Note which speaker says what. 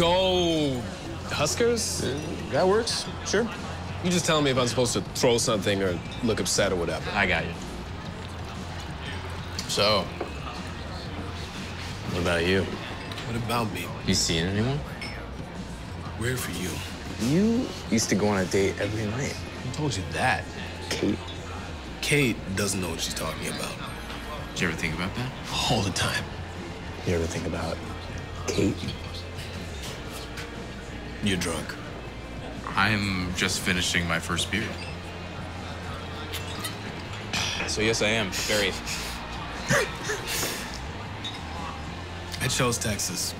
Speaker 1: go Huskers?
Speaker 2: That works. Sure.
Speaker 1: You just tell me if I'm supposed to throw something or look upset or whatever.
Speaker 2: I got you.
Speaker 3: So, what about you?
Speaker 1: What about me?
Speaker 3: You seen anyone?
Speaker 1: Weird for you.
Speaker 3: You used to go on a date every night.
Speaker 1: Who told you that?
Speaker 3: Kate.
Speaker 1: Kate doesn't know what she's talking about
Speaker 3: Did you ever think about that?
Speaker 1: all the time.
Speaker 3: You ever think about Kate?
Speaker 1: You're drunk.
Speaker 4: I'm just finishing my first beer.
Speaker 2: So yes, I am. Very.
Speaker 1: I chose Texas.